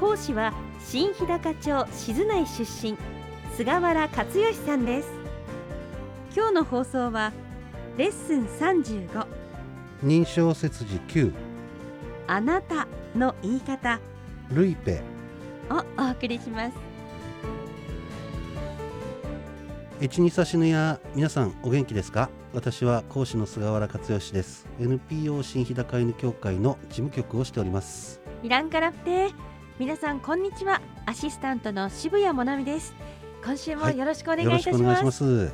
講師は新日高町静内出身菅原克義さんです今日の放送はレッスン35認証節字9あなたの言い方ルイペをお送りしますエチニサシヌヤ皆さんお元気ですか私は講師の菅原克義です NPO 新日高犬協会の事務局をしておりますイランからふて皆さんこんにちはアシスタントの渋谷もなみです今週もはいよろしくお願いいよろたししくおま願いす,、します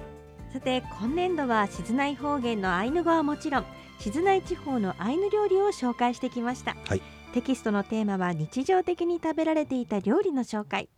さて今年度は静内方言のアイヌ語はもちろん静内地方のアイヌ料理を紹介してきました、はいテキストのテーマは日常的に食べられていた料理の紹介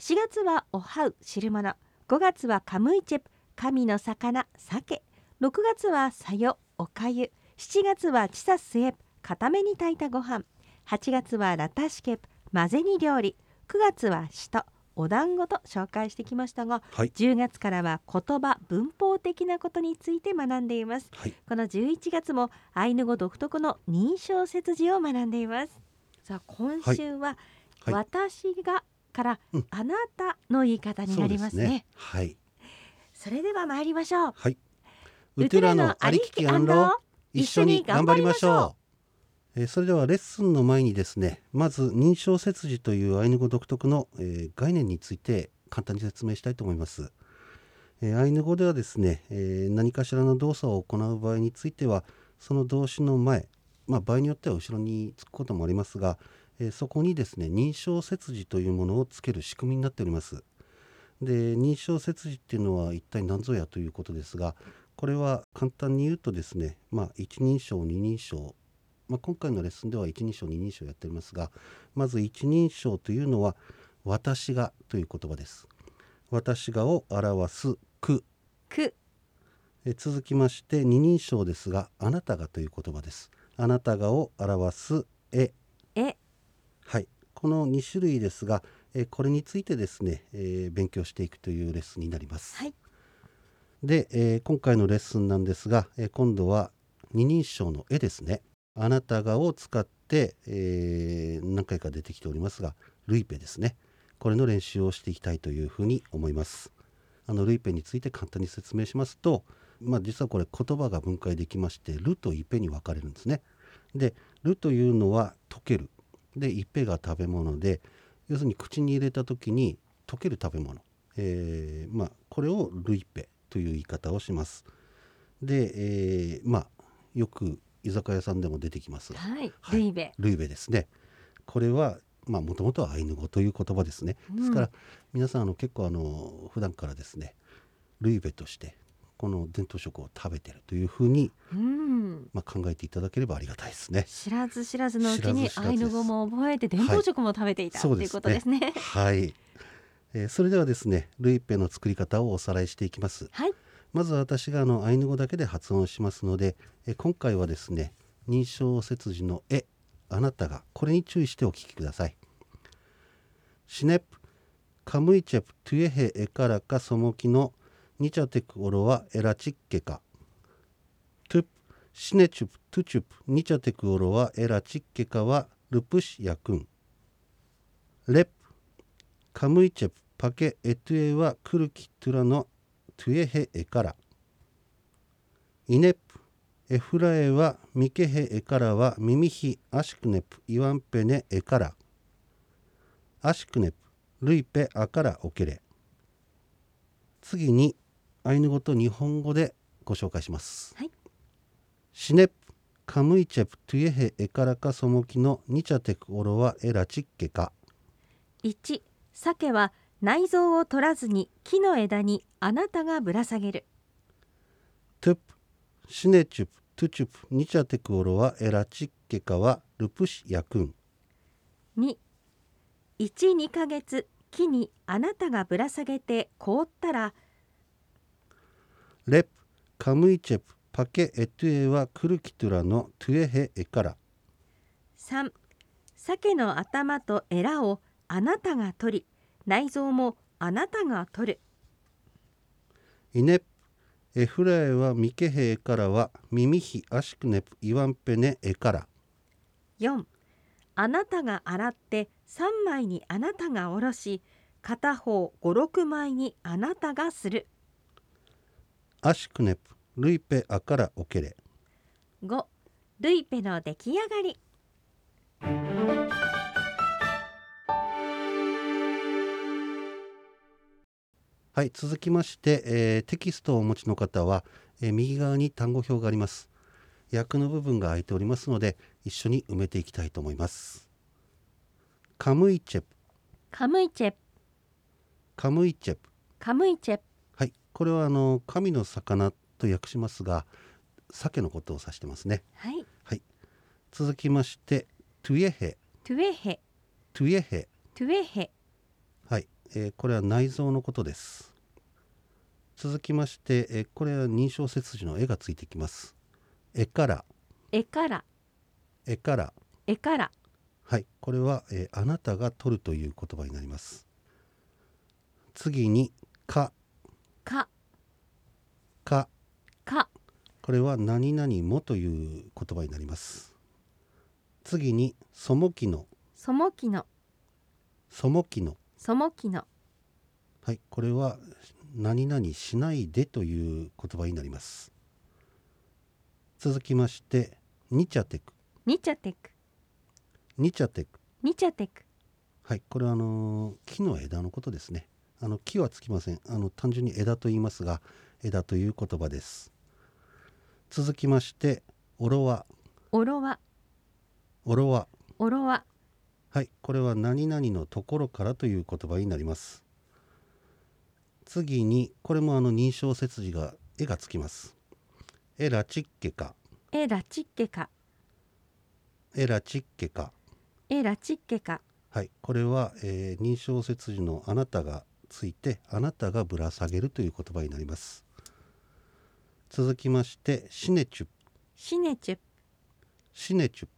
4月はおはう汁物5月はカムイチェプ神の魚鮭6月はさよおかゆ7月はチサスエプ固めに炊いたご飯8月はラタシケプ混ぜに料理9月はしとお団子と紹介してきましたが、はい10月からは言葉文法的なことについて学んでいますはいこの11月もアイヌ語独特の認証節字を学んでいますさあ今週は、はい私がから、うんあなたの言い方になりますねはいそれでは参りましょうはいウテラのありききアンロ一緒に頑張りましょう。えーそれではレッスンの前にですねまず認証切字というアイヌ語独特の、えー概念について簡単に説明したいと思います、えーアイヌ語ではですね、えー何かしらの動作を行う場合についてはその動詞の前、まあ、場合によっては後ろにつくこともありますが、えーそこにですね認証切字というものをつける仕組みになっておりますで認証切字っていうのは一体何ぞやということですがこれは簡単に言うとですね、まあ、一人称二人称、まあ、今回のレッスンでは一人称二人称やっておりますがまず一人称というのは「私が」という言葉です。私がを表す「くく」え続きまして二人称ですが「あなたが」という言葉です。あなたがを表す「え」えはい、この2種類ですが、えーこれについてですね、えー勉強していくというレッスンになります。はいで、えー今回のレッスンなんですが、えー今度は二人称の絵ですね。あなたがを使って、えー何回か出てきておりますが、ルイペですね。これの練習をしていきたいというふうに思います。あのルイペについて簡単に説明しますと、まあ、実はこれ言葉が分解できまして、ルとイペに分かれるんですね。で、ルというのは溶ける。で一平が食べ物で要するに口に入れた時に溶ける食べ物、えーまあ、これをルイペという言い方をしますで、えーまあよく居酒屋さんでも出てきますがはい、はいルイベルイベですねこれはまあもともとはアイヌ語という言葉ですね、うんですから皆さんあの結構あの普段からですねルイベとしてこの伝統食を食べてるというふうに、うんまあ、考えていただければありがたいですね知らず知らずのうちに知らず知らずですアイヌ語も覚えて伝統食も食べていた、はいそうといでうすこねとですねはい、えーそれではですねルイペの作り方をおさらいしていきますはいまず私があのアイヌ語だけで発音しますので、えー今回はですね認証切字の「え」「あなたが」これに注意してお聞きくださいシネプカムイチェプトゥエヘエカラカソモキのニチャテクオロワエラチッケカトゥプシネチュプトゥチュプニチャテクオロワエラチッケカはルプシヤクンレプカムイチェプパケエトゥエはクルキトゥラのトゥエヘエカライネプエフラエはミケヘエカラはミミヒアシクネプイワンペネエカラアシクネプルイペアカラオケレ次にアイヌ語と日本語でご紹介します、はいシネプカムイチェプトゥエヘエカラカソモキのニチャテクオロワエラチッケカ1鮭は内臓を取らずに木の枝にあなたがぶら下げるトゥプシネチュプトゥチュプニチャテクオロはエラチッケカはルプシヤクン2 12ヶ月木にあなたがぶら下げて凍ったら 랩 가무이쳄 밖에 에뚜에와 크루키뚜라노 트에헤 에까라 3鮭の頭とエラをあなたが取り内臓もあなたが取る 이넵 에후라에와 미케헤 에까라와 미미히 아시크넵 이완페네 에까라 4あなたが洗って3枚にあなたがおろし片方56枚にあなたがする 아시크넵 루이페 아까라 오케레 5ルイペの出来上がりはい、続きまして、えーテキストをお持ちの方は、えー右側に単語表があります。訳の部分が空いておりますので、一緒に埋めていきたいと思います。カムイチェプ、カムイチェカムイチェプ。カムイチェはい、これはあの神の魚と訳しますが、鮭のことを指してますね。はい続きまして、トゥエヘ、トゥエヘトゥエヘ。トゥエヘはい、えーこれは内臓のことです。続きまして、えーこれは認証切字の絵がついてきます。絵から、エから絵から。エからはい、これは、えーあなたが取るという言葉になります。次に、か、かか、かこれは何々もという言葉になります。次に、そもきの、そもきのそもきの、そもきのはい、これは何々しないでという言葉になります。続きまして、にちゃてく、ニチャテクにちゃてく、ニチャテクはい、これはあのー木の枝のことですね。あの木はつきません。あの単純に枝と言いますが、枝という言葉です。続きまして、オロワ、オロワオロワ。オロワはい、これは何々のところからという言葉になります。次に、これもあの認証切字が絵がつきます。エラチッケか、エラチッケカエラチッケか。エラチッケカはい、これは、えー認証切字のあなたがついて、あなたがぶら下げるという言葉になります。続きまして、シネチュプ、シネチュシネチュプ。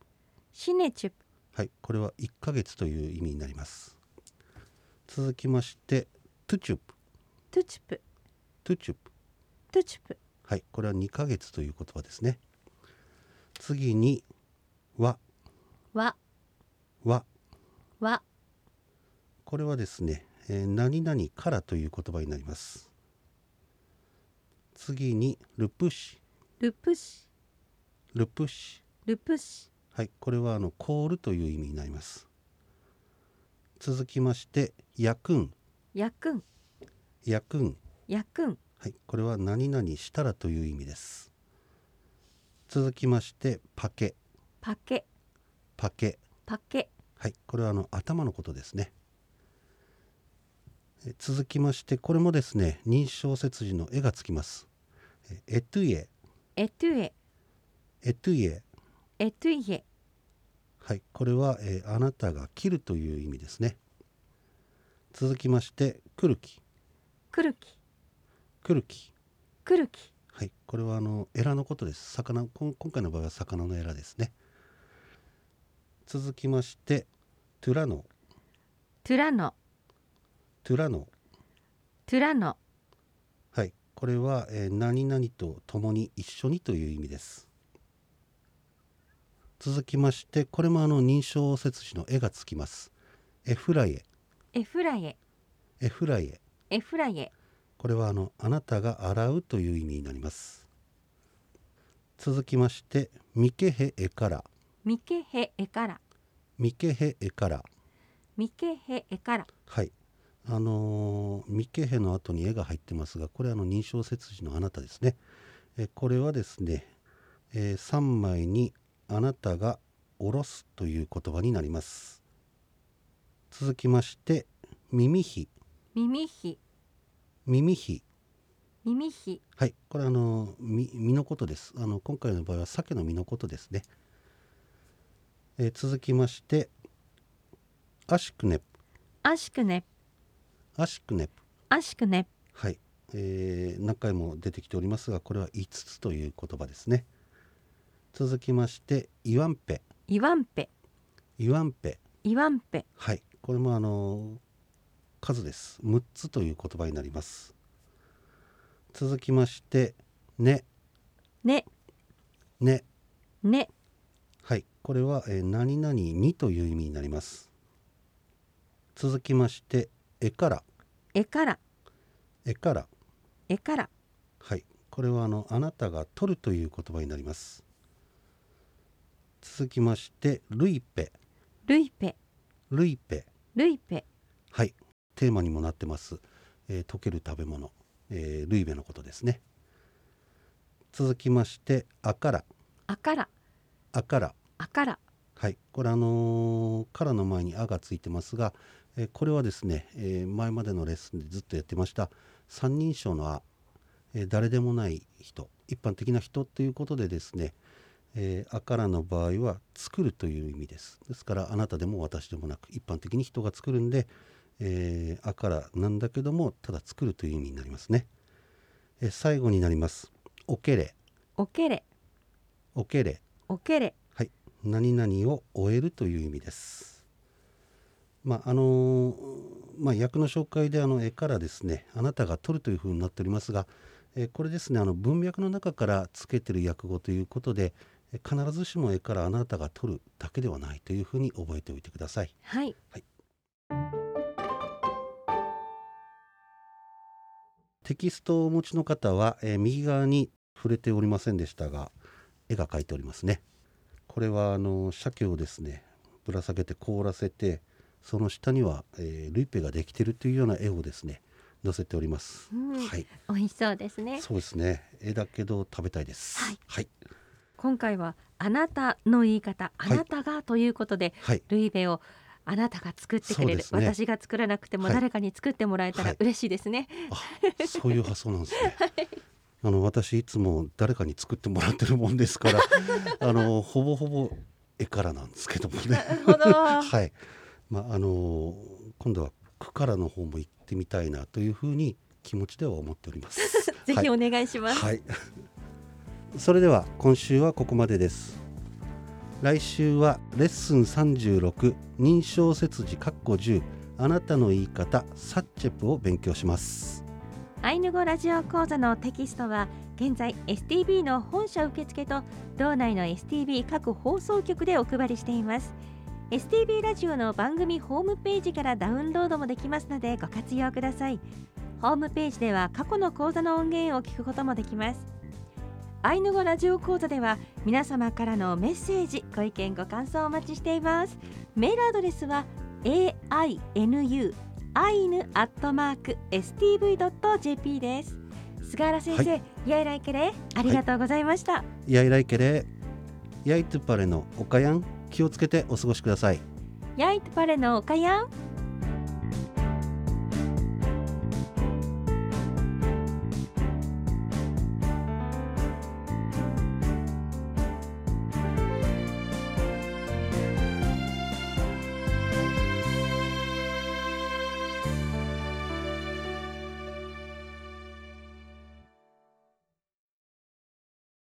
シネチュはい、これは1ヶ月という意味になります。続きまして、トゥチュプ、トゥチュプトゥチュプ。トゥチュプはい、これは2ヶ月という言葉ですね。次に、わ、わわ。わこれはですね、えー何々からという言葉になります。次に、ルプシ。ルプシルプシルプシはいこれはあの凍るという意味になります続きましてヤクンヤクンヤクンヤクンはいこれは何々したらという意味です続きましてパケパケパケパケはいこれはあの頭のことですねえ続きましてこれもですね認証節字の絵がつきますえエトゥイエエトゥエエトゥイエエトゥイエはい、これは、えーあなたが切るという意味ですね。続きまして、くるき、クルキくるき。クルキはい、これはあのエラのことです。魚、こん今回の場合は魚のエラですね。続きまして、トゥラノ、トゥラノトゥラノ。トゥラノはい、これは、えー何々と共に一緒にという意味です。続きまして、これもあの認証節詞の絵がつきます。エフライエ、エフラエエフライエ。エフラエこれはあのあなたが洗うという意味になります続きましてミケヘエからミケヘエからミケヘエからミケヘエからはいあのーミケヘの後に絵が入ってますがこれはあの認証切字のあなたですねえこれはですね、え3枚にあなたがおろすという言葉になります続きまして耳ひ耳ひ耳ひ耳ひはい、これあの身身のことです。あの今回の場合は鮭の身のことですね。えー続きまして、アシクネプ、足くねアシクネプ足くねはい、えー何回も出てきておりますがこれは5つという言葉ですね続きましてイワンペいわんぺイワンペいわんぺはいこれもあのー数です6つという言葉になります続きましてねねねねはいこれは、えー何々にという意味になります続きまして絵からえから絵からえからはい、これはあのあなたが取るという言葉になります。続きましてルイペ、ルイペルイペ、ルイペはい、テーマにもなってます。えー溶ける食べ物、えールイベのことですね。続きましてあから、あからあから、あからはい、これあのーからの前にあがついてますが、えーこれはですね、えー前までのレッスンでずっとやってました三人称のあ、えー誰でもない人、一般的な人ということでですね、えーあからの場合は作るという意味です。ですからあなたでも私でもなく一般的に人が作るんで、えーあからなんだけどもただ作るという意味になりますね。えー最後になります。おけれ、おけれおけれ。おけれはい、何々を終えるという意味です。まああのまあ、役の紹介であの絵からですね「あなたが取る」というふうになっておりますが、えーこれですねあの文脈の中からつけてる訳語ということでえー必ずしも絵から「あなたが取る」だけではないというふうに覚えておいてください。はいテキストをお持ちの方は、えー右側に触れておりませんでしたが絵が描いておりますねこれはあの鮭をですねぶら下げて凍らせてその下には、えールイペができているというような絵をですね載せております、うんはい美味しそうですねそうですね絵だけど食べたいですはい、はい今回はあなたの言い方あいなたがということで、はいルイベをあなたが作ってくそうれる、ですね私が作らなくてもはい誰かに作ってもらえたはらい嬉しいですね、あそういう発想なんです ね。あの私いつも誰かに作ってもらってるもんですからあのほぼほぼ絵から なんですけどもね。ほどはい。まああの今度は区からの方も行ってみたいなというふうに気持ちでは思っております。 ぜひお願いします、はい。 それでは今週はここまでです。来週はレッスン36認証切字括弧10あなたの言い方サッチェプを勉強します。アイヌ語ラジオ講座のテキストは現在 STB の本社受付と道内の STB 各放送局でお配りしています STB ラジオの番組ホームページからダウンロードもできますのでご活用くださいホームページでは過去の講座の音源を聞くこともできますアイヌ語ラジオ講座では皆様からのメッセージご意見ご感想をお待ちしていますメールアドレスは ainu アイヌアットマーク stv.jp です菅原先生、はやいらいけれありがとうございました、やいらいけれやいつぱれのおかやん気をつけてお過ごしくださいやいとパレのおかやん